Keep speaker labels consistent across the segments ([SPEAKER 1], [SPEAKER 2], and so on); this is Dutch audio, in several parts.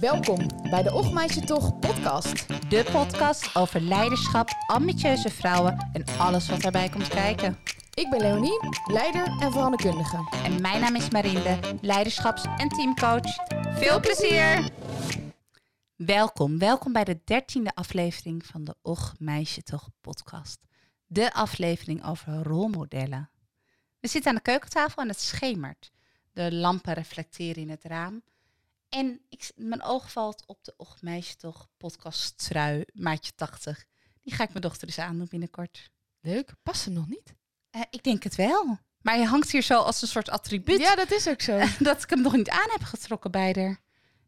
[SPEAKER 1] Welkom bij de Och Meisje Toch podcast.
[SPEAKER 2] De podcast over leiderschap, ambitieuze vrouwen en alles wat daarbij komt kijken.
[SPEAKER 1] Ik ben Leonie, leider en veranderkundige.
[SPEAKER 2] En mijn naam is Marinde, leiderschaps- en teamcoach. Veel plezier! Welkom, welkom bij de dertiende aflevering van de Och Meisje Toch podcast. De aflevering over rolmodellen. We zitten aan de keukentafel en het schemert. De lampen reflecteren in het raam. En ik, mijn oog valt op de Och Meisje Toch podcast trui, maatje 80. Die ga ik mijn dochter eens aandoen binnenkort.
[SPEAKER 1] Leuk, past hem nog niet?
[SPEAKER 2] Eh, ik denk het wel. Maar je hangt hier zo als een soort attribuut.
[SPEAKER 1] Ja, dat is ook zo.
[SPEAKER 2] Dat ik hem nog niet aan heb getrokken bij haar.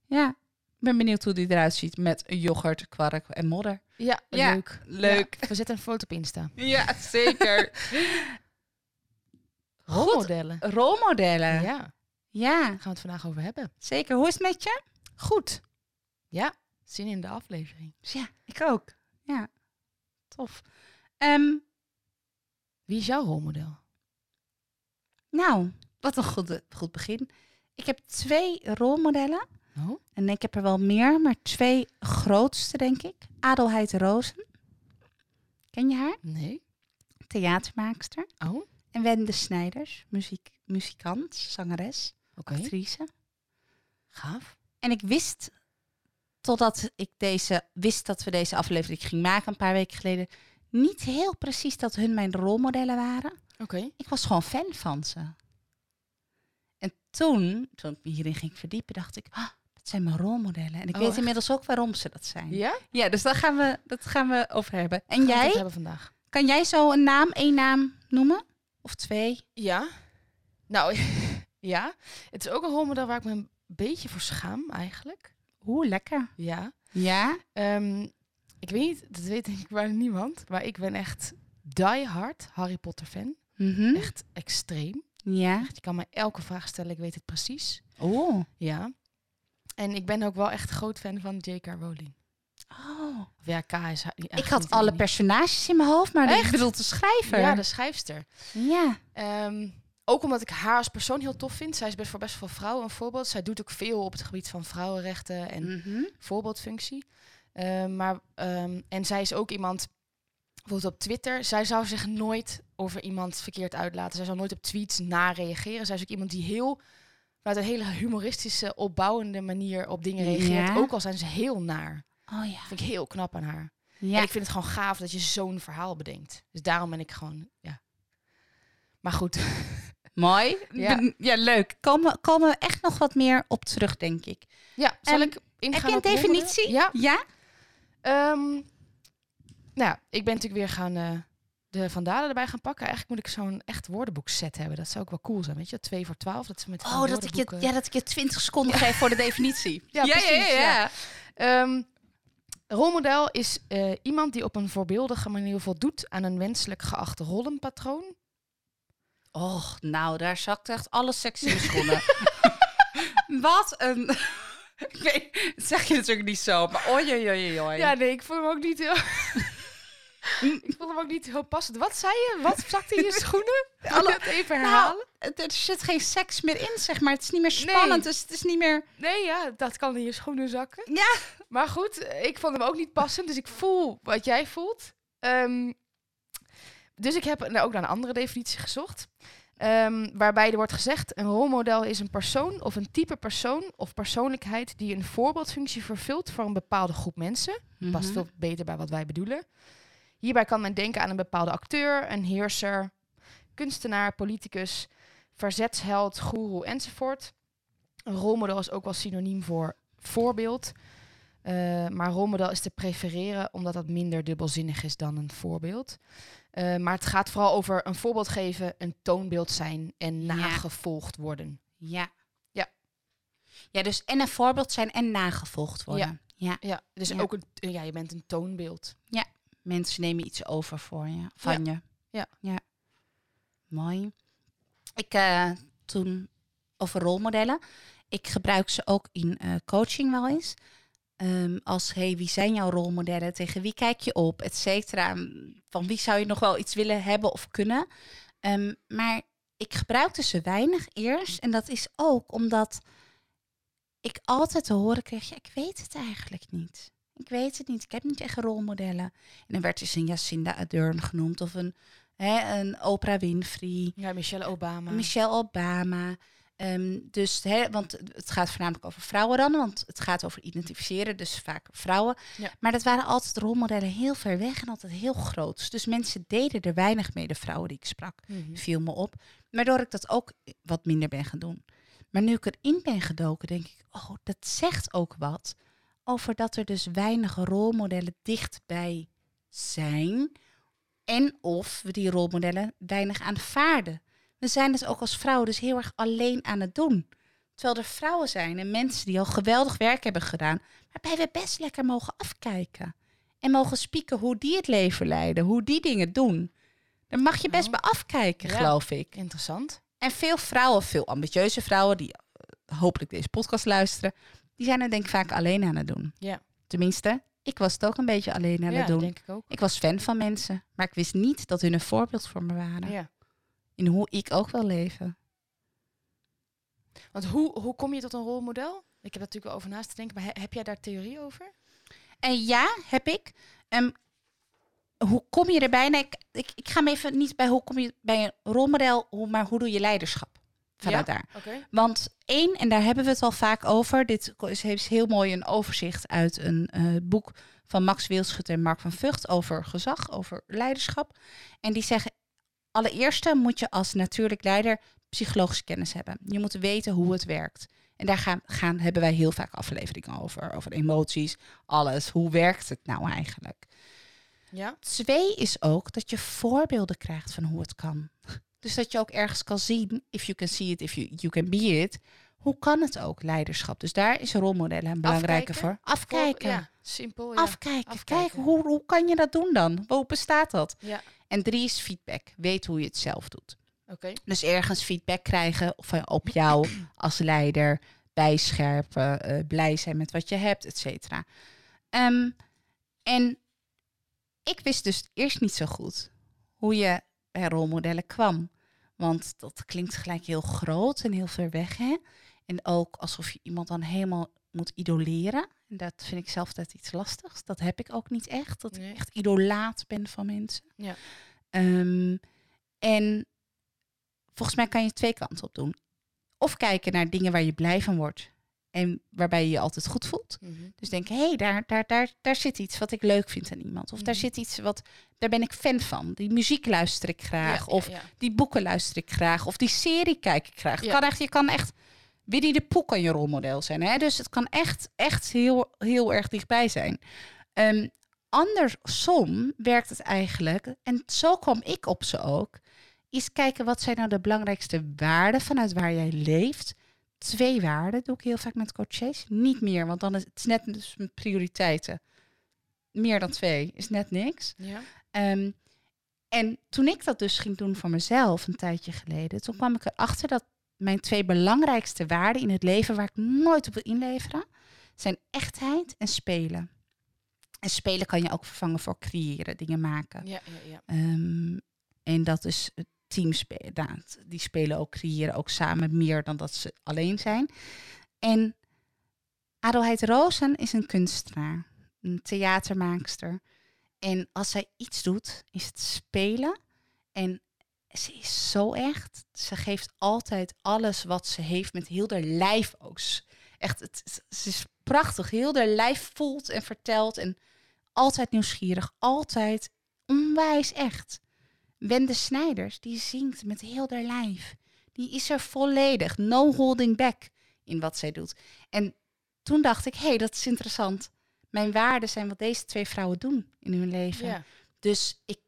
[SPEAKER 2] Ja, ik ben benieuwd hoe die eruit ziet met yoghurt, kwark en modder.
[SPEAKER 1] Ja,
[SPEAKER 2] Ja,
[SPEAKER 1] leuk.
[SPEAKER 2] leuk.
[SPEAKER 1] Ja, we zetten een foto op Insta.
[SPEAKER 2] Ja, zeker. Goed,
[SPEAKER 1] Rolmodellen.
[SPEAKER 2] rolmodellen. Ja.
[SPEAKER 1] Ja, daar gaan we het vandaag over hebben.
[SPEAKER 2] zeker. Hoe is het met je?
[SPEAKER 1] Goed. Ja, zin in de aflevering.
[SPEAKER 2] Dus Ja, ik ook. Ja, tof. Ehm,
[SPEAKER 1] Wie is jouw rolmodel?
[SPEAKER 2] nou, wat een goed, goed begin. Ik heb twee rolmodellen.
[SPEAKER 1] Oh?
[SPEAKER 2] En ik heb er wel meer, maar twee grootste, denk ik. Adelheid Rozen. Ken je haar?
[SPEAKER 1] Nee.
[SPEAKER 2] Theatermaakster.
[SPEAKER 1] Oh, oké.
[SPEAKER 2] En Wende Snijders, muziek, muzikant, zangeres, actrice.
[SPEAKER 1] Gaaf.
[SPEAKER 2] En ik wist, totdat ik deze, wist dat we deze aflevering ging maken een paar weken geleden, niet heel precies dat hun mijn rolmodellen waren.
[SPEAKER 1] Oké.
[SPEAKER 2] Ik was gewoon fan van ze. En toen, toen ik me hierin ging verdiepen, dacht ik, ah, dat zijn mijn rolmodellen. En ik
[SPEAKER 1] Oh,
[SPEAKER 2] weet
[SPEAKER 1] echt?
[SPEAKER 2] inmiddels ook waarom ze dat zijn.
[SPEAKER 1] Ja?
[SPEAKER 2] Ja, dus daar gaan we, dat gaan we over hebben. En
[SPEAKER 1] Gaan we het over
[SPEAKER 2] jij,
[SPEAKER 1] hebben vandaag.
[SPEAKER 2] kan jij zo een naam, één naam noemen? Of twee?
[SPEAKER 3] Ja. Nou, ja. Het is ook een rolmodel waar ik me een beetje voor schaam eigenlijk.
[SPEAKER 2] Oeh, lekker.
[SPEAKER 3] Ja.
[SPEAKER 2] Ja?
[SPEAKER 3] Ehm, ik weet niet, dat weet denk ik bijna niemand. Maar ik ben echt die hard Harry Potter fan.
[SPEAKER 2] Mhm.
[SPEAKER 3] Echt extreem.
[SPEAKER 2] Ja.
[SPEAKER 3] Je kan me elke vraag stellen, ik weet het precies.
[SPEAKER 2] Oh.
[SPEAKER 3] Ja. En ik ben ook wel echt groot fan van J.K. Rowling.
[SPEAKER 2] oh.
[SPEAKER 3] Of ja, K is haar- eigenlijk
[SPEAKER 2] Ik had
[SPEAKER 3] niet,
[SPEAKER 2] alle
[SPEAKER 3] weet ik
[SPEAKER 2] personages in mijn hoofd, maar ik
[SPEAKER 3] Echt?
[SPEAKER 2] bedoel de schrijver.
[SPEAKER 3] niet. Ja, de schrijfster.
[SPEAKER 2] Ja.
[SPEAKER 3] Ehm, ook omdat ik haar als persoon heel tof vind. Zij is best voor best veel vrouwen een voorbeeld. Zij doet ook veel op het gebied van vrouwenrechten en
[SPEAKER 2] Mhm.
[SPEAKER 3] voorbeeldfunctie. Eh, maar, ehm, en zij is ook iemand, bijvoorbeeld op Twitter, zij zou zich nooit over iemand verkeerd uitlaten. Zij zou nooit op tweets nareageren. Zij is ook iemand die heel, vanuit een hele humoristische, opbouwende manier op dingen reageert.
[SPEAKER 2] Ja.
[SPEAKER 3] Ook al zijn ze heel naar.
[SPEAKER 2] Oh ja.
[SPEAKER 3] Vind ik heel knap aan haar.
[SPEAKER 2] Ja.
[SPEAKER 3] En ik vind het gewoon gaaf dat je zo'n verhaal bedenkt. Dus daarom ben ik gewoon, ja. Maar goed,
[SPEAKER 2] Mooi.
[SPEAKER 3] Ja.
[SPEAKER 2] Ben- ja, leuk. Komen, komen we echt nog wat meer op terug, denk ik.
[SPEAKER 3] ja, zal
[SPEAKER 2] Ehm,
[SPEAKER 3] ik
[SPEAKER 2] Heb
[SPEAKER 3] ingaan
[SPEAKER 2] je een
[SPEAKER 3] op rolmodel?
[SPEAKER 2] definitie?
[SPEAKER 3] Ja,
[SPEAKER 2] Ja?
[SPEAKER 3] Ehm, nou, ja, ik ben natuurlijk weer gaan eh, de vandalen erbij gaan pakken. Eigenlijk moet ik zo'n echt woordenboekset hebben. Dat zou ook wel cool zijn, weet je? Twee voor twaalf. Dat ze met van
[SPEAKER 2] Oh, dat ik, je,
[SPEAKER 3] woordenboeken-
[SPEAKER 2] ja, dat ik je 20 seconden geef voor de definitie.
[SPEAKER 3] Ja, precies,
[SPEAKER 2] Ja, ja.
[SPEAKER 3] Ehm, rolmodel is eh, iemand die op een voorbeeldige manier voldoet aan een wenselijk geacht rollenpatroon.
[SPEAKER 2] Och, nou, daar zakt echt alle seks in mijn schoenen. wat een... Ik weet, dat zeg je natuurlijk niet zo, maar oei, oei, oei, oei.
[SPEAKER 3] Ja, nee, ik voel hem ook niet heel... ik voel hem ook niet heel passend. Wat zei je? Wat zakte in je schoenen? Kan je
[SPEAKER 2] Alle-
[SPEAKER 3] het even herhalen?
[SPEAKER 2] Nou, het- er zit geen seks meer in, zeg maar. Het is niet meer spannend,
[SPEAKER 3] Nee.
[SPEAKER 2] dus het is niet meer...
[SPEAKER 3] Nee, ja, dat kan in je schoenen zakken.
[SPEAKER 2] Ja.
[SPEAKER 3] Maar goed, ik vond hem ook niet passend, dus ik voel wat jij voelt. Ehm, dus ik heb nou, ook naar een andere definitie gezocht. ehm, waarbij er wordt gezegd, een rolmodel is een persoon of een type persoon of persoonlijkheid die een voorbeeldfunctie vervult voor een bepaalde groep mensen. Past veel beter bij wat wij bedoelen. Hierbij kan men denken aan een bepaalde acteur, een heerser, kunstenaar, politicus, verzetsheld, goeroe enzovoort. Een rolmodel is ook wel synoniem voor voorbeeld. Eh, maar rolmodel is te prefereren omdat dat minder dubbelzinnig is dan een voorbeeld. Eh, maar het gaat vooral over een voorbeeld geven, een toonbeeld zijn en
[SPEAKER 2] Ja.
[SPEAKER 3] nagevolgd worden.
[SPEAKER 2] Ja.
[SPEAKER 3] Ja.
[SPEAKER 2] Ja, dus en een voorbeeld zijn en nagevolgd worden. Ja.
[SPEAKER 3] Ja, dus
[SPEAKER 2] Ja.
[SPEAKER 3] ook een, ja, je bent een toonbeeld.
[SPEAKER 2] Mensen nemen iets over voor je, van je.
[SPEAKER 3] Ja.
[SPEAKER 2] Ja. Mooi. Ik eh, toen over rolmodellen. Ik gebruik ze ook in eh, coaching wel eens. Ehm, als, hey, wie zijn jouw rolmodellen? Tegen wie kijk je op? Et cetera. Van wie zou je nog wel iets willen hebben of kunnen? Ehm, maar ik gebruikte ze weinig eerst. En dat is ook omdat ik altijd te horen kreeg, ja, ik weet het eigenlijk niet. Ik weet het niet, ik heb niet echt rolmodellen. En dan werd dus een Jacinda Ardern genoemd of een, hè, een Oprah Winfrey.
[SPEAKER 3] Ja, Michelle Obama.
[SPEAKER 2] Michelle Obama. Ehm, dus, hè, want het gaat voornamelijk over vrouwen dan, want het gaat over identificeren, dus vaak vrouwen.
[SPEAKER 3] Ja.
[SPEAKER 2] Maar dat waren altijd rolmodellen heel ver weg en altijd heel groot. Dus mensen deden er weinig mee, de vrouwen die ik sprak,
[SPEAKER 3] Mhm.
[SPEAKER 2] viel me op. Waardoor ik dat ook wat minder ben gaan doen. Maar nu ik erin ben gedoken, denk ik, oh, dat zegt ook wat over dat er dus weinig rolmodellen dichtbij zijn. En of we die rolmodellen weinig aanvaarden. We zijn dus ook als vrouwen dus heel erg alleen aan het doen. Terwijl er vrouwen zijn en mensen die al geweldig werk hebben gedaan, waarbij we best lekker mogen afkijken. En mogen spieken hoe die het leven leiden, hoe die dingen doen. Daar mag je best
[SPEAKER 3] Oh.
[SPEAKER 2] bij afkijken,
[SPEAKER 3] Ja.
[SPEAKER 2] geloof ik.
[SPEAKER 3] Interessant.
[SPEAKER 2] En veel vrouwen, veel ambitieuze vrouwen, die eh, hopelijk deze podcast luisteren, die zijn er denk ik vaak alleen aan het doen.
[SPEAKER 3] Ja.
[SPEAKER 2] Tenminste, ik was het ook een beetje alleen aan
[SPEAKER 3] ja,
[SPEAKER 2] het doen.
[SPEAKER 3] denk ik ook.
[SPEAKER 2] Ik was fan van mensen, maar ik wist niet dat hun een voorbeeld voor me waren.
[SPEAKER 3] Ja.
[SPEAKER 2] In hoe ik ook wil leven.
[SPEAKER 3] Want hoe, hoe kom je tot een rolmodel? Ik heb daar natuurlijk wel over naast te denken, maar he- heb jij daar theorie over?
[SPEAKER 2] En ja, heb ik. Ehm, hoe kom je erbij? Nee, ik, ik, ik ga me even niet bij hoe kom je bij een rolmodel, hoe- maar hoe doe je leiderschap? Vanuit daar.
[SPEAKER 3] Oké.
[SPEAKER 2] Want één, en daar hebben we het al vaak over. Dit is, is heel mooi een overzicht uit een eh, boek van Max Wilschut en Mark van Vught over gezag, over leiderschap. En die zeggen, allereerst moet je als natuurlijk leider psychologische kennis hebben. Je moet weten hoe het werkt. En daar gaan, gaan, hebben wij heel vaak afleveringen over. Over emoties, alles. Hoe werkt het nou eigenlijk?
[SPEAKER 3] Ja.
[SPEAKER 2] Twee is ook dat je voorbeelden krijgt van hoe het kan. Dus dat je ook ergens kan zien, if you can see it, if you, you can be it. Hoe kan het ook, leiderschap? Dus daar is rolmodellen een belangrijke
[SPEAKER 3] Afkijken?
[SPEAKER 2] voor. Afkijken.
[SPEAKER 3] Voor- ja, simpel. Ja.
[SPEAKER 2] Afkijken.
[SPEAKER 3] Afkijken.
[SPEAKER 2] Kijk, hoe, hoe kan je dat doen dan? Hoe bestaat dat?
[SPEAKER 3] Ja.
[SPEAKER 2] En drie is feedback. Weet hoe je het zelf doet.
[SPEAKER 3] Oké.
[SPEAKER 2] Dus ergens feedback krijgen van, op jou als leider, bijscherpen, eh, blij zijn met wat je hebt, et cetera. Ehm, en ik wist dus eerst niet zo goed hoe je bij rolmodellen kwam. Want dat klinkt gelijk heel groot en heel ver weg, hè? En ook alsof je iemand dan helemaal moet idoleren. En dat vind ik zelf altijd iets lastigs. Dat heb ik ook niet echt. Dat
[SPEAKER 3] Nee.
[SPEAKER 2] ik echt idolaat ben van mensen.
[SPEAKER 3] Ja.
[SPEAKER 2] Ehm, en volgens mij kan je twee kanten op doen. Of kijken naar dingen waar je blij van wordt. En waarbij je je altijd goed voelt.
[SPEAKER 3] Mhm.
[SPEAKER 2] Dus denk, hé, hey, daar, daar, daar, daar zit iets wat ik leuk vind aan iemand. Of daar
[SPEAKER 3] Mhm.
[SPEAKER 2] zit iets wat, daar ben ik fan van. Die muziek luister ik graag.
[SPEAKER 3] Ja, ja,
[SPEAKER 2] of
[SPEAKER 3] ja.
[SPEAKER 2] die boeken luister ik graag. Of die serie kijk ik graag. Het
[SPEAKER 3] Ja.
[SPEAKER 2] Kan echt, je kan echt, Winnie de Pooh kan je rolmodel zijn. Hè? Dus het kan echt, echt heel, heel erg dichtbij zijn. Ehm, andersom werkt het eigenlijk, en zo kwam ik op ze ook, is kijken wat zijn nou de belangrijkste waarden vanuit waar jij leeft. Twee waarden doe ik heel vaak met coaches. Niet meer, want dan is het net dus mijn prioriteiten. Meer dan twee is net niks.
[SPEAKER 3] Ja.
[SPEAKER 2] Ehm, en toen ik dat dus ging doen voor mezelf een tijdje geleden, toen kwam ik erachter dat mijn twee belangrijkste waarden in het leven waar ik nooit op wil inleveren, zijn echtheid en spelen. En spelen kan je ook vervangen voor creëren, dingen maken.
[SPEAKER 3] Ja, ja, ja.
[SPEAKER 2] Ehm, en dat is het teamspelen. Nou, het- die spelen ook, creëren ook samen meer dan dat ze alleen zijn. En Adelheid Rozen is een kunstenaar, een theatermaakster. En als zij iets doet, is het spelen. En ze is zo echt. Ze geeft altijd alles wat ze heeft met heel haar lijf ook. S- Echt, het, het- ze is prachtig. Heel haar lijf voelt en vertelt. En altijd nieuwsgierig. Altijd onwijs echt. Wende Snijders, die zingt met heel haar lijf. Die is er volledig, no holding back in wat zij doet. En toen dacht ik, hé, hey, dat is interessant. Mijn waarden zijn wat deze twee vrouwen doen in hun leven.
[SPEAKER 3] ja.
[SPEAKER 2] Dus ik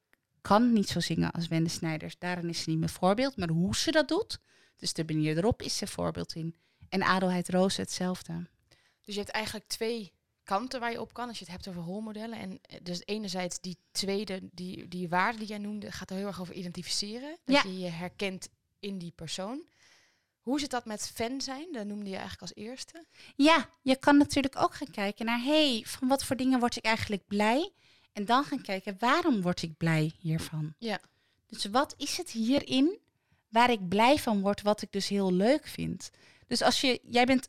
[SPEAKER 2] kan niet zo zingen als Wende Snijders. Daarin is ze niet mijn voorbeeld. Maar hoe ze dat doet, dus de manier erop, is ze voorbeeld in. En Adelheid Roos hetzelfde.
[SPEAKER 3] Dus je hebt eigenlijk twee kanten waar je op kan als je het hebt over rolmodellen. En eh, dus enerzijds die tweede, die, die waarde die jij noemde, gaat er heel erg over identificeren. Dat
[SPEAKER 2] Ja.
[SPEAKER 3] je je herkent in die persoon. Hoe zit dat met fan zijn? Dat noemde je eigenlijk als eerste.
[SPEAKER 2] Ja, je kan natuurlijk ook gaan kijken naar... hé, hey, van wat voor dingen word ik eigenlijk blij? En dan gaan kijken, waarom word ik blij hiervan?
[SPEAKER 3] Ja.
[SPEAKER 2] Dus wat is het hierin waar ik blij van word, wat ik dus heel leuk vind? Dus als je, jij bent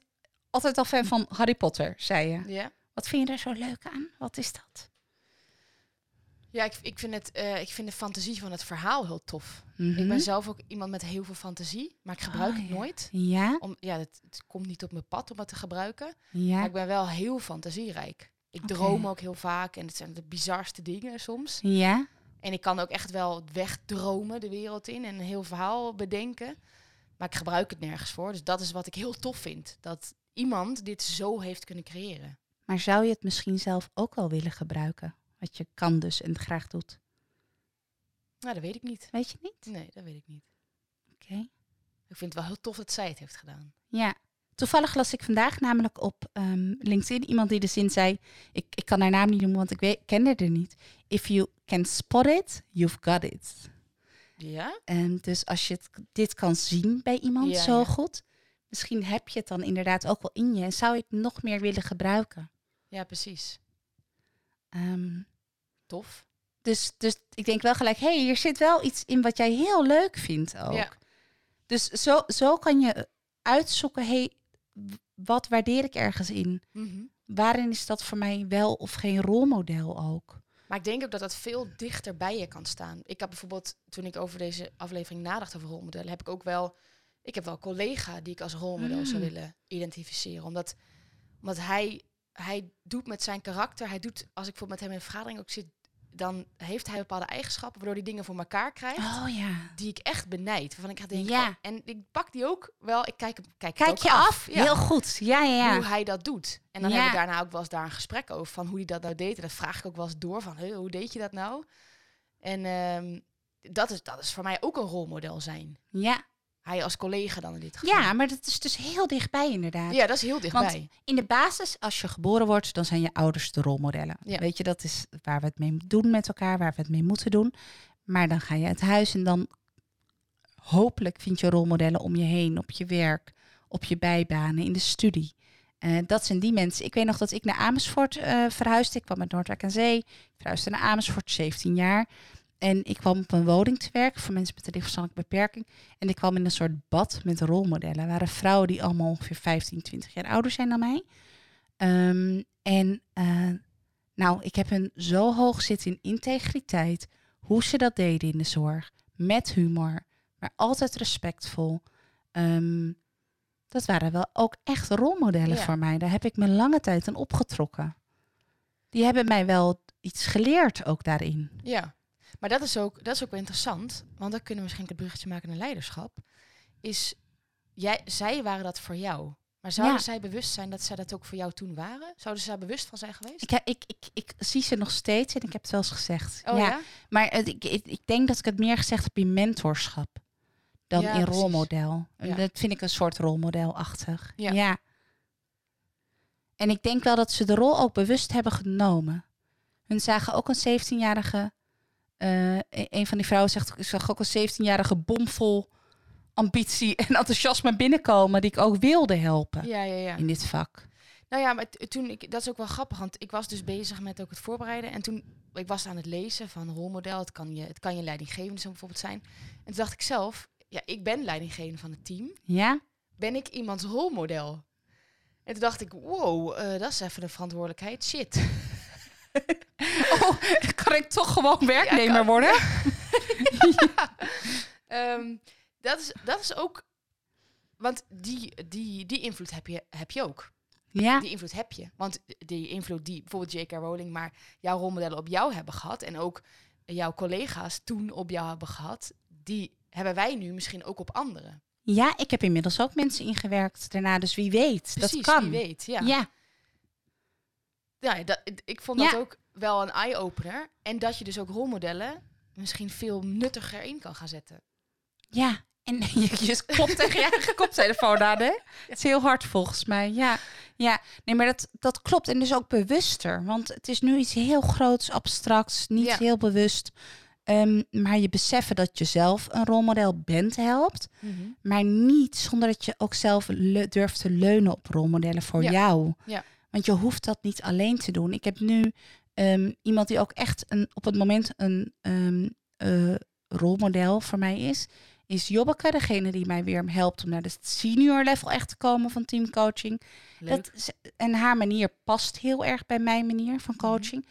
[SPEAKER 2] altijd al fan van Harry Potter, zei je.
[SPEAKER 3] Ja.
[SPEAKER 2] Wat vind je daar zo leuk aan? Wat is dat?
[SPEAKER 3] Ja, ik, ik, vind het, eh, ik vind de fantasie van het verhaal heel tof.
[SPEAKER 2] Mhm.
[SPEAKER 3] Ik ben zelf ook iemand met heel veel fantasie, maar ik gebruik
[SPEAKER 2] Ah,
[SPEAKER 3] het
[SPEAKER 2] ja.
[SPEAKER 3] nooit.
[SPEAKER 2] Ja,
[SPEAKER 3] Om, ja, het, het komt niet op mijn pad om het te gebruiken. Maar
[SPEAKER 2] ja,
[SPEAKER 3] ik ben wel heel fantasierijk. Ik
[SPEAKER 2] Oké.
[SPEAKER 3] droom ook heel vaak en het zijn de bizarste dingen soms.
[SPEAKER 2] ja.
[SPEAKER 3] En ik kan ook echt wel wegdromen de wereld in en een heel verhaal bedenken. Maar ik gebruik het nergens voor. Dus dat is wat ik heel tof vind. Dat iemand dit zo heeft kunnen creëren.
[SPEAKER 2] Maar zou je het misschien zelf ook wel willen gebruiken? Wat je kan dus en graag doet.
[SPEAKER 3] Nou, dat weet ik niet.
[SPEAKER 2] Weet je niet?
[SPEAKER 3] Nee, dat weet ik niet.
[SPEAKER 2] Oké.
[SPEAKER 3] Ik vind het wel heel tof dat zij het heeft gedaan.
[SPEAKER 2] Ja. Toevallig las ik vandaag namelijk op ehm, LinkedIn iemand die de zin zei... Ik, ik kan haar naam niet noemen, want ik weet, ken haar er niet. If you can spot it, you've got it.
[SPEAKER 3] Ja?
[SPEAKER 2] Ehm, dus als je het, dit kan zien bij iemand
[SPEAKER 3] Ja,
[SPEAKER 2] zo
[SPEAKER 3] ja.
[SPEAKER 2] goed... misschien heb je het dan inderdaad ook wel in je... en zou je het nog meer willen gebruiken.
[SPEAKER 3] Ja, precies.
[SPEAKER 2] Ehm,
[SPEAKER 3] Tof.
[SPEAKER 2] dus, dus ik denk wel gelijk, hé, hey, hier zit wel iets in wat jij heel leuk vindt ook.
[SPEAKER 3] Ja.
[SPEAKER 2] Dus zo, zo kan je uitzoeken, hé, hey, wat waardeer ik ergens in?
[SPEAKER 3] Mhm.
[SPEAKER 2] waarin is dat voor mij wel of geen rolmodel ook?
[SPEAKER 3] Maar ik denk ook dat dat veel dichter bij je kan staan. Ik heb bijvoorbeeld, toen ik over deze aflevering nadacht over rolmodellen, heb ik ook wel, ik heb wel een collega die ik als rolmodel zou
[SPEAKER 2] Mm.
[SPEAKER 3] willen identificeren. Omdat, omdat hij, hij doet met zijn karakter, hij doet, als ik bijvoorbeeld met hem in een vergadering ook zit, dan heeft hij bepaalde eigenschappen waardoor hij dingen voor elkaar krijgt.
[SPEAKER 2] Oh ja.
[SPEAKER 3] Die ik echt benijd. Waarvan ik ga denken.
[SPEAKER 2] Ja.
[SPEAKER 3] oh, en ik pak die ook wel. Ik kijk, hem- kijk, het
[SPEAKER 2] Kijk
[SPEAKER 3] ook
[SPEAKER 2] je af?
[SPEAKER 3] Ja
[SPEAKER 2] Heel goed. Ja, ja,
[SPEAKER 3] hoe
[SPEAKER 2] ja.
[SPEAKER 3] hij dat doet. En dan
[SPEAKER 2] Ja.
[SPEAKER 3] hebben we daarna ook wel eens daar een gesprek over van hoe hij dat nou deed. En dat vraag ik ook wel eens door van "Huh, hoe deed je dat nou? En ehm, dat, is, dat is voor mij ook een rolmodel zijn.
[SPEAKER 2] Ja.
[SPEAKER 3] Hij als collega dan in dit geval.
[SPEAKER 2] ja, maar dat is dus heel dichtbij inderdaad.
[SPEAKER 3] ja dat is heel dichtbij.
[SPEAKER 2] In de basis, als je geboren wordt, dan zijn je ouders de rolmodellen.
[SPEAKER 3] Ja.
[SPEAKER 2] Weet je, dat is waar we het mee doen met elkaar, waar we het mee moeten doen. Maar dan ga je uit huis en dan hopelijk vind je rolmodellen om je heen, op je werk, op je bijbanen, in de studie. Eh, dat zijn die mensen. Ik weet nog dat ik naar Amersfoort eh, verhuisde. Ik kwam uit Noordwijk aan Zee. Ik verhuisde naar Amersfoort, 17 jaar. En ik kwam op een woning te werken voor mensen met een lichtverstandelijke beperking. En ik kwam in een soort bad met rolmodellen. Er waren vrouwen die allemaal ongeveer 15, 20 jaar ouder zijn dan mij. Ehm, en eh, nou, ik heb hun zo hoog zitten in integriteit. Hoe ze dat deden in de zorg. Met humor, maar altijd respectvol. Ehm, dat waren wel ook echt rolmodellen
[SPEAKER 3] Ja.
[SPEAKER 2] voor mij. Daar heb ik me lange tijd aan opgetrokken. Die hebben mij wel iets geleerd ook daarin.
[SPEAKER 3] Ja, maar dat is, ook, dat is ook wel interessant. Want dan kunnen we waarschijnlijk het bruggetje maken naar leiderschap. Is, jij, zij waren dat voor jou. Maar zouden
[SPEAKER 2] Ja.
[SPEAKER 3] zij bewust zijn dat zij dat ook voor jou toen waren? Zouden ze daar bewust van zijn geweest?
[SPEAKER 2] Ik, ik, ik, ik zie ze nog steeds en ik heb het wel eens gezegd.
[SPEAKER 3] oh ja?
[SPEAKER 2] Maar het- ik, ik, ik denk dat ik het meer gezegd heb in mentorschap dan
[SPEAKER 3] Ja,
[SPEAKER 2] in
[SPEAKER 3] precies.
[SPEAKER 2] rolmodel. En
[SPEAKER 3] Ja.
[SPEAKER 2] Dat vind ik een soort rolmodelachtig.
[SPEAKER 3] Ja.
[SPEAKER 2] Ja. En ik denk wel dat ze de rol ook bewust hebben genomen. Hun zagen ook een 17-jarige. eh, e- een van die vrouwen zegt, ik zag ook een 17-jarige bomvol ambitie en enthousiasme binnenkomen die ik ook wilde helpen
[SPEAKER 3] Ja, ja, ja.
[SPEAKER 2] in dit vak.
[SPEAKER 3] Nou ja, maar t- toen ik, dat is ook wel grappig, want ik was dus bezig met ook het voorbereiden. En toen, ik was aan het lezen van rolmodel, het kan je, het kan je leidinggevende zo bijvoorbeeld zijn. En toen dacht ik zelf, ja, ik ben leidinggevende van het team.
[SPEAKER 2] Ja?
[SPEAKER 3] Ben ik iemands rolmodel? En toen dacht ik, wow, eh, dat is even de verantwoordelijkheid. Shit.
[SPEAKER 2] Oh, kan ik toch gewoon werknemer worden?
[SPEAKER 3] Ehm, dat, is, dat is ook, want die, die, die invloed heb je, heb je ook.
[SPEAKER 2] Ja.
[SPEAKER 3] die invloed heb je. Want die invloed die bijvoorbeeld J.K. Rowling, maar jouw rolmodellen op jou hebben gehad en ook jouw collega's toen op jou hebben gehad, die hebben wij nu misschien ook op anderen.
[SPEAKER 2] Ja, ik heb inmiddels ook mensen ingewerkt daarna, dus wie weet.
[SPEAKER 3] Precies,
[SPEAKER 2] dat kan.
[SPEAKER 3] wie weet. Ja. Ja.
[SPEAKER 2] Ja,
[SPEAKER 3] dat, ik vond
[SPEAKER 2] Ja.
[SPEAKER 3] dat ook wel een eye-opener. En dat je dus ook rolmodellen misschien veel nuttiger in kan gaan zetten.
[SPEAKER 2] ja. En je, je klopt tegen je eigen koptelefoon aan, hè? Het is heel hard volgens mij, ja. Ja, nee, maar dat, dat klopt. En dus ook bewuster. Want het is nu iets heel groots, abstracts, niet
[SPEAKER 3] Ja.
[SPEAKER 2] heel bewust. Ehm, maar je beseffen dat je zelf een rolmodel bent helpt. Maar niet zonder dat je ook zelf le- durft te leunen op rolmodellen voor
[SPEAKER 3] Ja.
[SPEAKER 2] jou.
[SPEAKER 3] Ja.
[SPEAKER 2] Want je hoeft dat niet alleen te doen. Ik heb nu ehm, iemand die ook echt een, op het moment een ehm, eh, rolmodel voor mij is. is Jobbeke degene die mij weer helpt om naar het senior level echt te komen van teamcoaching. Dat is- en haar manier past heel erg bij mijn manier van
[SPEAKER 3] Mhm.
[SPEAKER 2] coaching.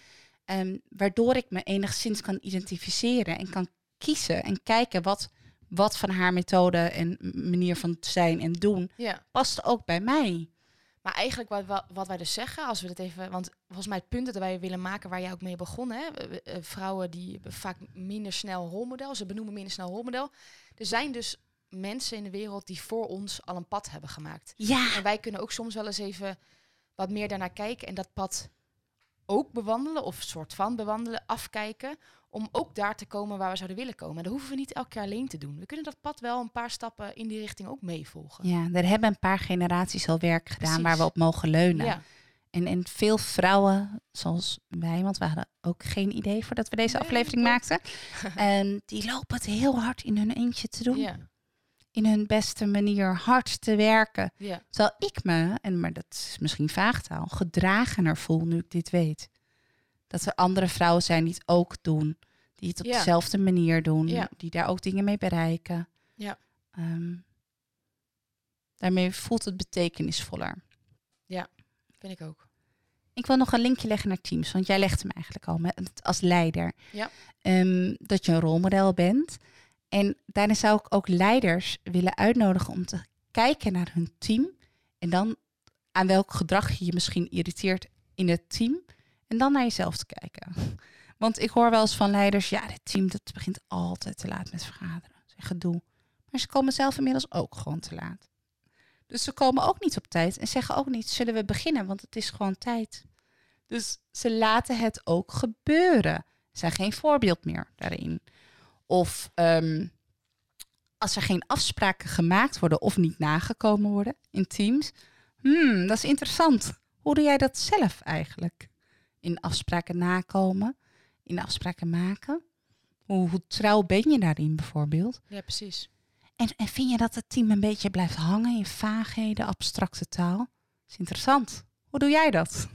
[SPEAKER 2] Ehm, waardoor ik me enigszins kan identificeren en kan kiezen en kijken wat, wat van haar methode en m- manier van zijn en doen
[SPEAKER 3] Ja.
[SPEAKER 2] past ook bij mij.
[SPEAKER 3] Maar eigenlijk wat, wa- wat wij dus zeggen, als we dat even. Want volgens mij het punt dat wij willen maken waar jij ook mee begon. Hè? eh, eh, Vrouwen die hebben vaak minder snel rolmodel. Ze benoemen minder snel rolmodel. Er zijn dus mensen in de wereld die voor ons al een pad hebben gemaakt.
[SPEAKER 2] Ja,
[SPEAKER 3] En wij kunnen ook soms wel eens even wat meer daarnaar kijken en dat pad ook bewandelen of soort van bewandelen, afkijken, om ook daar te komen waar we zouden willen komen. En dat hoeven we niet elk jaar alleen te doen. We kunnen dat pad wel een paar stappen in die richting ook meevolgen.
[SPEAKER 2] ja, er hebben een paar generaties al werk gedaan
[SPEAKER 3] Precies.
[SPEAKER 2] waar we op mogen leunen.
[SPEAKER 3] Ja.
[SPEAKER 2] En, en veel vrouwen, zoals wij, want we hadden ook geen idee voordat we deze
[SPEAKER 3] Nee,
[SPEAKER 2] aflevering
[SPEAKER 3] klopt.
[SPEAKER 2] maakten. En die lopen het heel hard in hun eentje te doen.
[SPEAKER 3] Ja.
[SPEAKER 2] In hun beste manier hard te werken.
[SPEAKER 3] Ja.
[SPEAKER 2] Terwijl ik me, en maar dat is misschien vaagtaal, gedragener voel nu ik dit weet. Dat er andere vrouwen zijn die het ook doen. Die het op
[SPEAKER 3] Ja.
[SPEAKER 2] dezelfde manier doen.
[SPEAKER 3] Ja.
[SPEAKER 2] Die daar ook dingen mee bereiken.
[SPEAKER 3] Ja.
[SPEAKER 2] Ehm, daarmee voelt het betekenisvoller.
[SPEAKER 3] Vind ik ook.
[SPEAKER 2] Ik wil nog een linkje leggen naar Teams, want jij legt hem eigenlijk al met, als leider.
[SPEAKER 3] Ja.
[SPEAKER 2] Ehm, dat je een rolmodel bent. En daarin zou ik ook leiders willen uitnodigen om te kijken naar hun team. En dan aan welk gedrag je je misschien irriteert in het team. En dan naar jezelf te kijken. Want ik hoor wel eens van leiders, ja, dit team dat begint altijd te laat met vergaderen. Dat is echt gedoe. Maar ze komen zelf inmiddels ook gewoon te laat. Dus ze komen ook niet op tijd en zeggen ook niet, zullen we beginnen? Want het is gewoon tijd. Dus ze laten het ook gebeuren. Ze zijn geen voorbeeld meer daarin. Of ehm, als er geen afspraken gemaakt worden of niet nagekomen worden in teams. Hmm, dat is interessant. Hoe doe jij dat zelf eigenlijk? In afspraken nakomen, in afspraken maken. Hoe, hoe trouw ben je daarin bijvoorbeeld?
[SPEAKER 3] Ja, precies.
[SPEAKER 2] En, en vind je dat het team een beetje blijft hangen in vaagheden, abstracte taal? Dat is interessant. Hoe doe jij dat?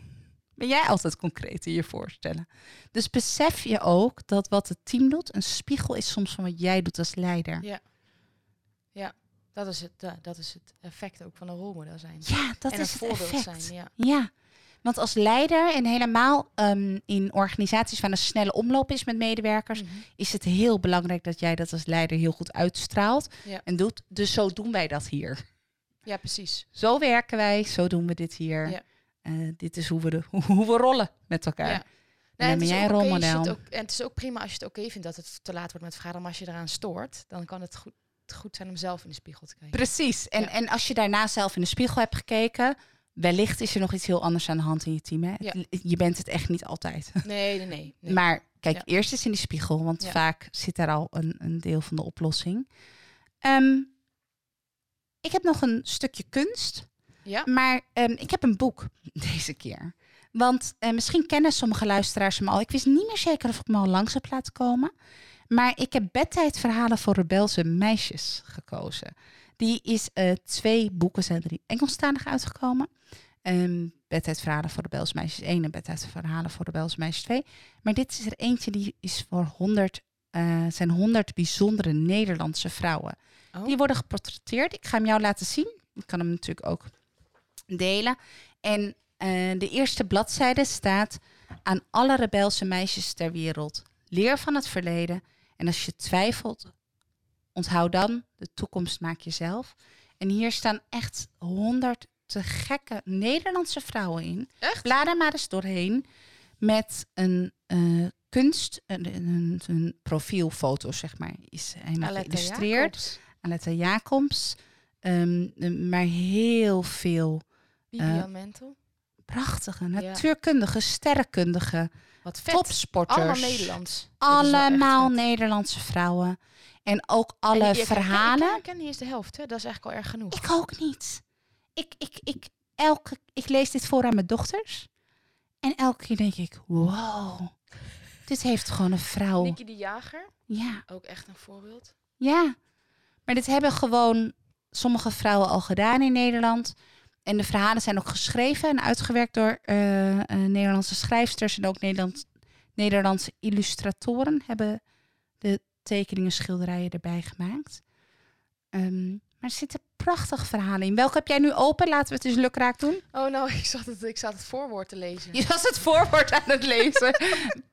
[SPEAKER 2] Ben jij altijd concreet in je voorstellen? Dus besef je ook dat wat het team doet een spiegel is soms van wat jij doet als leider.
[SPEAKER 3] Dat is het, da- dat is het effect ook van een rolmodel zijn.
[SPEAKER 2] Ja, dat
[SPEAKER 3] en
[SPEAKER 2] is
[SPEAKER 3] een
[SPEAKER 2] het
[SPEAKER 3] voorbeeld
[SPEAKER 2] effect.
[SPEAKER 3] zijn. Ja.
[SPEAKER 2] Ja, want als leider en helemaal ehm, in organisaties waar een snelle omloop is met medewerkers,
[SPEAKER 3] Mhm.
[SPEAKER 2] is het heel belangrijk dat jij dat als leider heel goed uitstraalt
[SPEAKER 3] Ja.
[SPEAKER 2] en doet. Dus zo doen wij dat hier.
[SPEAKER 3] ja, precies.
[SPEAKER 2] zo werken wij, zo doen we dit hier.
[SPEAKER 3] Ja.
[SPEAKER 2] Eh, dit is hoe we, de, hoe we rollen met elkaar.
[SPEAKER 3] Ja.
[SPEAKER 2] dan
[SPEAKER 3] het
[SPEAKER 2] ben
[SPEAKER 3] is
[SPEAKER 2] jij
[SPEAKER 3] ook
[SPEAKER 2] een
[SPEAKER 3] oké als je het
[SPEAKER 2] rolmodel.
[SPEAKER 3] ook- en het is ook prima als je het oké vindt dat het te laat wordt met vergaderen. Maar als je eraan stoort, dan kan het goed, goed zijn om zelf in de spiegel te kijken.
[SPEAKER 2] Precies. En,
[SPEAKER 3] Ja.
[SPEAKER 2] en als je daarna zelf in de spiegel hebt gekeken, wellicht is er nog iets heel anders aan de hand in je team. Hè?
[SPEAKER 3] Ja.
[SPEAKER 2] Het- Je bent het echt niet altijd.
[SPEAKER 3] Nee, nee, nee. nee.
[SPEAKER 2] Maar kijk
[SPEAKER 3] Ja.
[SPEAKER 2] eerst eens in die spiegel, want
[SPEAKER 3] Ja.
[SPEAKER 2] vaak zit daar al een, een deel van de oplossing. Ehm, ik heb nog een stukje kunst.
[SPEAKER 3] ja?
[SPEAKER 2] Maar ehm, ik heb een boek deze keer. Want eh, misschien kennen sommige luisteraars me al. Ik wist niet meer zeker of ik me al langs heb laten komen. Maar ik heb Bedtijdverhalen voor Rebelse Meisjes gekozen. Die is eh, twee boeken, zijn er in Engelstalig uitgekomen. Ehm Bedtijdverhalen voor Rebelse Meisjes 1 en Bedtijdverhalen voor Rebelse Meisjes 2. Maar dit is er eentje die is voor 100, eh, zijn 100 bijzondere Nederlandse vrouwen.
[SPEAKER 3] Oh.
[SPEAKER 2] Die worden geportretteerd. Ik ga hem jou laten zien. Ik kan hem natuurlijk ook delen. En eh, de eerste bladzijde staat aan alle rebelse meisjes ter wereld. Leer van het verleden. En als je twijfelt, onthoud dan, de toekomst maak je zelf. En hier staan echt honderd te gekke Nederlandse vrouwen in.
[SPEAKER 3] Echt?
[SPEAKER 2] Blader maar eens doorheen met een eh, kunst, een, een, een profielfoto, zeg maar, is helemaal
[SPEAKER 3] Aletta
[SPEAKER 2] geïllustreerd.
[SPEAKER 3] Jacobs,
[SPEAKER 2] Aletta Jacobs. Ehm, maar heel veel Eh,
[SPEAKER 3] Bibian Mentel.
[SPEAKER 2] prachtige, natuurkundige, sterrenkundige,
[SPEAKER 3] Wat vet.
[SPEAKER 2] topsporters.
[SPEAKER 3] Allemaal Nederlands. Dat is wel echt
[SPEAKER 2] Allemaal
[SPEAKER 3] vet.
[SPEAKER 2] Nederlandse vrouwen. En ook
[SPEAKER 3] En
[SPEAKER 2] alle
[SPEAKER 3] die- ik- Ik,
[SPEAKER 2] verhalen.
[SPEAKER 3] ik, ik ken niet eens de helft, hè. dat is eigenlijk al erg genoeg.
[SPEAKER 2] Ik ook niet. Ik, ik, ik, elke, ik lees dit voor aan mijn dochters. En elke keer denk ik, wow. Dit heeft gewoon een vrouw.
[SPEAKER 3] Nicky de Jager,
[SPEAKER 2] Ja,
[SPEAKER 3] ook echt een voorbeeld.
[SPEAKER 2] ja. Maar dit hebben gewoon sommige vrouwen al gedaan in Nederland. En de verhalen zijn ook geschreven en uitgewerkt door eh, eh, Nederlandse schrijfsters en ook Nederland, Nederlandse illustratoren hebben de tekeningen, schilderijen erbij gemaakt. Ehm, maar er zitten prachtige verhalen in. Welke heb jij nu open? Laten we het eens lukraak doen.
[SPEAKER 3] Oh, nou, ik zat het, ik zat het voorwoord te lezen.
[SPEAKER 2] Je was het voorwoord aan het lezen.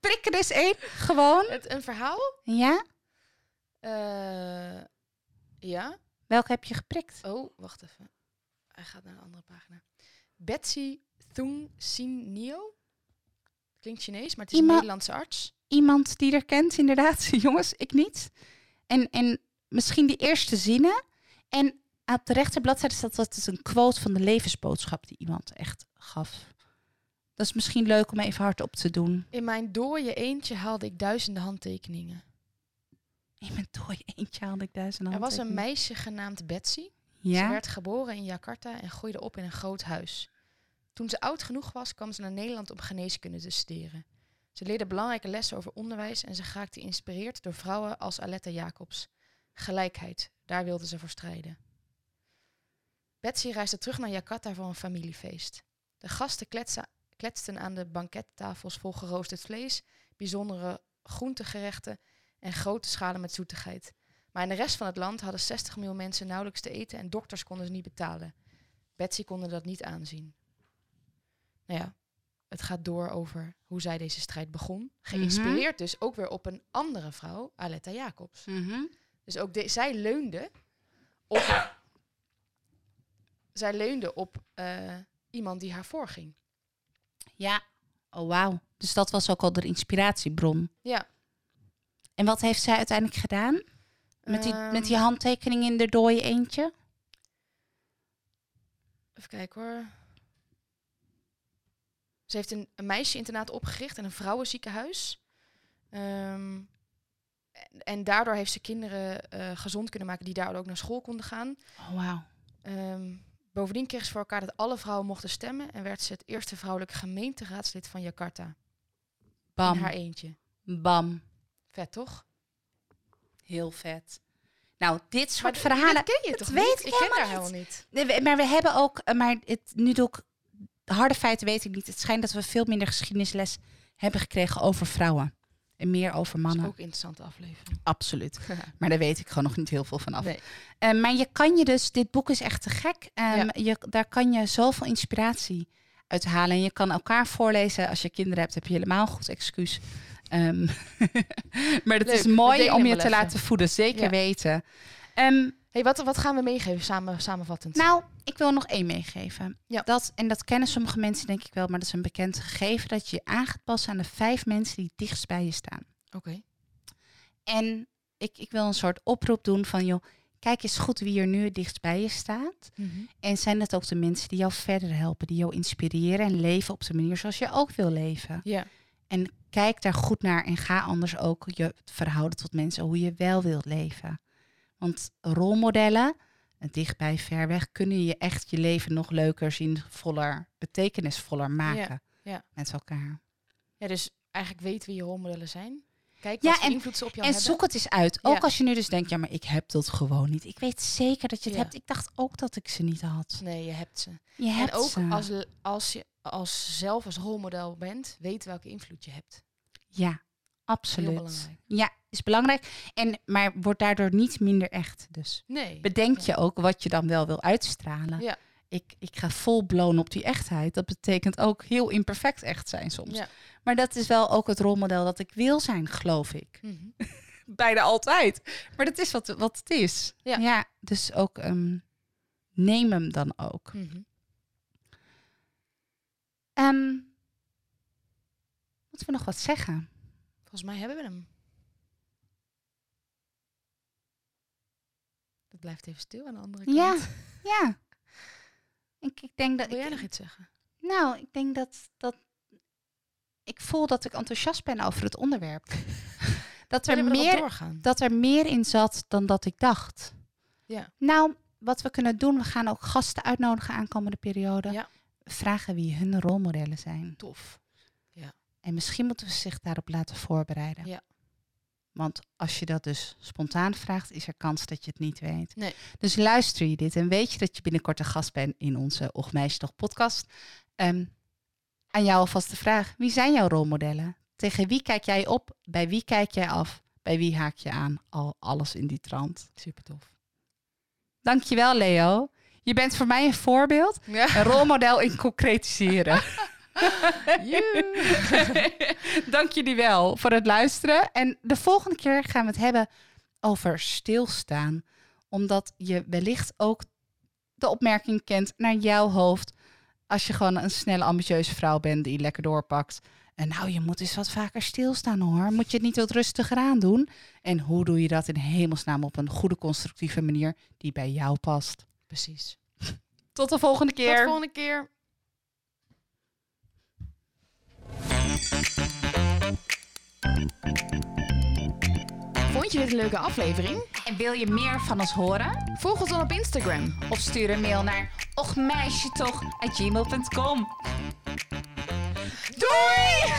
[SPEAKER 2] Prik er eens één. Gewoon.
[SPEAKER 3] Het, een verhaal?
[SPEAKER 2] Ja?
[SPEAKER 3] Eh, ja.
[SPEAKER 2] Welke heb je geprikt?
[SPEAKER 3] Oh, wacht even. Hij gaat naar een andere pagina. Betsy Thung Sin Nio. Klinkt Chinees, maar het is een
[SPEAKER 2] Iemand-
[SPEAKER 3] Nederlandse arts.
[SPEAKER 2] Iemand die er kent, inderdaad. Jongens, ik niet. En, en misschien die eerste zinnen. En op de rechterbladzijde staat dat het een quote van de levensboodschap die iemand echt gaf. Dat is misschien leuk om even hardop te doen.
[SPEAKER 3] In mijn dooie eentje haalde ik duizenden handtekeningen.
[SPEAKER 2] In mijn dooi eentje haalde ik duizend
[SPEAKER 3] Er was een
[SPEAKER 2] handtekeningen.
[SPEAKER 3] meisje genaamd Betsy. Ze
[SPEAKER 2] Ja?
[SPEAKER 3] werd geboren in Jakarta en groeide op in een groot huis. Toen ze oud genoeg was, kwam ze naar Nederland om geneeskunde te studeren. Ze leerde belangrijke lessen over onderwijs en ze raakte geïnspireerd door vrouwen als Aletta Jacobs. Gelijkheid, daar wilde ze voor strijden. Betsy reisde terug naar Jakarta voor een familiefeest. De gasten kletsen- kletsten aan de bankettafels vol geroosterd vlees, bijzondere groentegerechten en grote schalen met zoetigheid. Maar in de rest van het land hadden 60 miljoen mensen nauwelijks te eten en dokters konden ze niet betalen. Betsy konden dat niet aanzien. Nou ja, het gaat door over hoe zij deze strijd begon. Geïnspireerd dus ook weer op een andere vrouw, Aletta Jacobs.
[SPEAKER 2] Mhm.
[SPEAKER 3] Dus ook de- zij leunde op. zij leunde op eh, iemand die haar voorging.
[SPEAKER 2] Ja. Oh, wauw. Dus dat was ook al de inspiratiebron.
[SPEAKER 3] Ja.
[SPEAKER 2] En wat heeft zij uiteindelijk gedaan? Met die,
[SPEAKER 3] Ehm,
[SPEAKER 2] met die handtekening in de dooie eentje?
[SPEAKER 3] Even kijken hoor. Ze heeft een, een meisjesinternaat opgericht en een vrouwenziekenhuis. Ehm, en, en daardoor heeft ze kinderen eh, gezond kunnen maken die daardoor ook naar school konden gaan.
[SPEAKER 2] Oh, wauw.
[SPEAKER 3] Ehm, bovendien kreeg ze voor elkaar dat alle vrouwen mochten stemmen en werd ze het eerste vrouwelijk gemeenteraadslid van Jakarta. In haar
[SPEAKER 2] Bam.
[SPEAKER 3] eentje.
[SPEAKER 2] Bam.
[SPEAKER 3] Vet toch?
[SPEAKER 2] Heel vet. Nou, dit soort
[SPEAKER 3] Maar d- Dit
[SPEAKER 2] verhalen.
[SPEAKER 3] ken je
[SPEAKER 2] dat
[SPEAKER 3] toch
[SPEAKER 2] weet
[SPEAKER 3] niet?
[SPEAKER 2] ik
[SPEAKER 3] Ik ken
[SPEAKER 2] helemaal
[SPEAKER 3] daar
[SPEAKER 2] niet.
[SPEAKER 3] helemaal niet.
[SPEAKER 2] Nee, we- maar we hebben ook, eh, maar het, nu doe ik de harde feiten weet ik niet. Het schijnt dat we veel minder geschiedenisles hebben gekregen over vrouwen. En meer over
[SPEAKER 3] Dat is
[SPEAKER 2] mannen.
[SPEAKER 3] ook een interessante aflevering.
[SPEAKER 2] Absoluut. Maar daar weet ik gewoon nog niet heel veel van af.
[SPEAKER 3] Nee.
[SPEAKER 2] Eh, maar je kan je dus, dit boek is echt te gek. Ehm,
[SPEAKER 3] Ja.
[SPEAKER 2] je, daar kan je zoveel inspiratie uit halen. En je kan elkaar voorlezen. Als je kinderen hebt, heb je helemaal een goed excuus. Ehm, maar dat
[SPEAKER 3] Leuk,
[SPEAKER 2] is
[SPEAKER 3] we
[SPEAKER 2] mooi
[SPEAKER 3] delen
[SPEAKER 2] om
[SPEAKER 3] hem
[SPEAKER 2] je
[SPEAKER 3] wel
[SPEAKER 2] te
[SPEAKER 3] even.
[SPEAKER 2] laten voeden, zeker
[SPEAKER 3] Ja.
[SPEAKER 2] weten. Ehm,
[SPEAKER 3] Hey, wat, wat gaan we meegeven samen, samenvattend?
[SPEAKER 2] nou, ik wil nog één meegeven.
[SPEAKER 3] Ja.
[SPEAKER 2] Dat, en dat kennen sommige mensen denk ik wel, maar dat is een bekend gegeven. Dat je je aan gaat passen aan de vijf mensen die het dichtst bij je staan.
[SPEAKER 3] Oké.
[SPEAKER 2] En ik, ik wil een soort oproep doen van, joh, kijk eens goed wie er nu het dichtst bij je staat. En zijn dat ook de mensen die jou verder helpen, die jou inspireren en leven op de manier zoals je ook wil leven.
[SPEAKER 3] Ja.
[SPEAKER 2] En kijk daar goed naar en ga anders ook je verhouden tot mensen hoe je wel wilt leven. Want rolmodellen, eh, dichtbij, ver weg, kunnen je echt je leven nog leuker, zinvoller, betekenisvoller maken
[SPEAKER 3] ja.
[SPEAKER 2] met elkaar.
[SPEAKER 3] ja, dus eigenlijk weet wie je rolmodellen zijn. Kijk
[SPEAKER 2] Ja,
[SPEAKER 3] wat voor
[SPEAKER 2] en-
[SPEAKER 3] invloed ze op jou
[SPEAKER 2] En
[SPEAKER 3] hebben.
[SPEAKER 2] zoek het eens uit. Ook
[SPEAKER 3] Ja.
[SPEAKER 2] als je nu dus denkt, ja, maar ik heb dat gewoon niet. Ik weet zeker dat je het
[SPEAKER 3] Ja.
[SPEAKER 2] hebt. Ik dacht ook dat ik ze niet had.
[SPEAKER 3] Nee, je hebt ze.
[SPEAKER 2] Je hebt
[SPEAKER 3] en ook
[SPEAKER 2] ze.
[SPEAKER 3] Als, l- als je als zelf als rolmodel bent, weet welke invloed je hebt.
[SPEAKER 2] Ja,
[SPEAKER 3] Heel
[SPEAKER 2] absoluut.
[SPEAKER 3] belangrijk.
[SPEAKER 2] Ja, is belangrijk. En, maar wordt daardoor niet minder echt. Dus
[SPEAKER 3] Nee.
[SPEAKER 2] bedenk
[SPEAKER 3] Ja.
[SPEAKER 2] je ook wat je dan wel wil uitstralen.
[SPEAKER 3] Ja.
[SPEAKER 2] Ik, ik ga vol blown op die echtheid. Dat betekent ook heel imperfect echt zijn soms.
[SPEAKER 3] Ja.
[SPEAKER 2] Maar dat is wel ook het rolmodel dat ik wil zijn, geloof ik.
[SPEAKER 3] Mhm.
[SPEAKER 2] bijna altijd. Maar dat is wat, wat het is.
[SPEAKER 3] Ja.
[SPEAKER 2] dus ook ehm, neem hem dan ook.
[SPEAKER 3] Mhm.
[SPEAKER 2] Ehm, moeten we nog wat zeggen?
[SPEAKER 3] Volgens mij hebben we hem. Dat blijft even stil aan de andere kant.
[SPEAKER 2] Ja. Ja. Ik, ik denk dat.
[SPEAKER 3] Wil jij
[SPEAKER 2] ik,
[SPEAKER 3] nog iets zeggen?
[SPEAKER 2] Nou, ik denk dat, dat. Ik voel dat ik enthousiast ben over het onderwerp. dat er
[SPEAKER 3] Willen we erop
[SPEAKER 2] meer
[SPEAKER 3] doorgaan?
[SPEAKER 2] dat er meer in zat dan dat ik dacht.
[SPEAKER 3] Ja.
[SPEAKER 2] Nou, wat we kunnen doen, we gaan ook gasten uitnodigen aankomende periode.
[SPEAKER 3] Ja.
[SPEAKER 2] Vragen wie hun rolmodellen zijn.
[SPEAKER 3] Tof.
[SPEAKER 2] En misschien moeten we zich daarop laten voorbereiden.
[SPEAKER 3] Ja.
[SPEAKER 2] Want als je dat dus spontaan vraagt, is er kans dat je het niet weet.
[SPEAKER 3] Nee.
[SPEAKER 2] Dus luister je dit en weet je dat je binnenkort een gast bent in onze Och Meisje Toch podcast. Ehm, aan jou alvast de vraag, wie zijn jouw rolmodellen? Tegen wie kijk jij op? Bij wie kijk jij af? Bij wie haak je aan? Al alles in die trant.
[SPEAKER 3] Super tof.
[SPEAKER 2] Dankjewel, Leo. Je bent voor mij een voorbeeld,
[SPEAKER 3] Ja.
[SPEAKER 2] een rolmodel in concretiseren.
[SPEAKER 3] Joe.
[SPEAKER 2] Dank jullie wel voor het luisteren. En de volgende keer gaan we het hebben over stilstaan. Omdat je wellicht ook de opmerking kent naar jouw hoofd. Als je gewoon een snelle, ambitieuze vrouw bent die lekker doorpakt. En nou, je moet eens wat vaker stilstaan hoor. Moet je het niet wat rustiger aan doen? En hoe doe je dat in hemelsnaam op een goede, constructieve manier die bij jou past?
[SPEAKER 3] Precies.
[SPEAKER 2] Tot de volgende
[SPEAKER 3] Tot de
[SPEAKER 2] keer.
[SPEAKER 3] volgende keer.
[SPEAKER 1] Vond je dit een leuke aflevering?
[SPEAKER 2] En wil je meer van ons horen?
[SPEAKER 3] Volg ons dan op Instagram.
[SPEAKER 2] Of stuur een mail naar ochmeisjetoch.gmail.com.
[SPEAKER 3] Doei!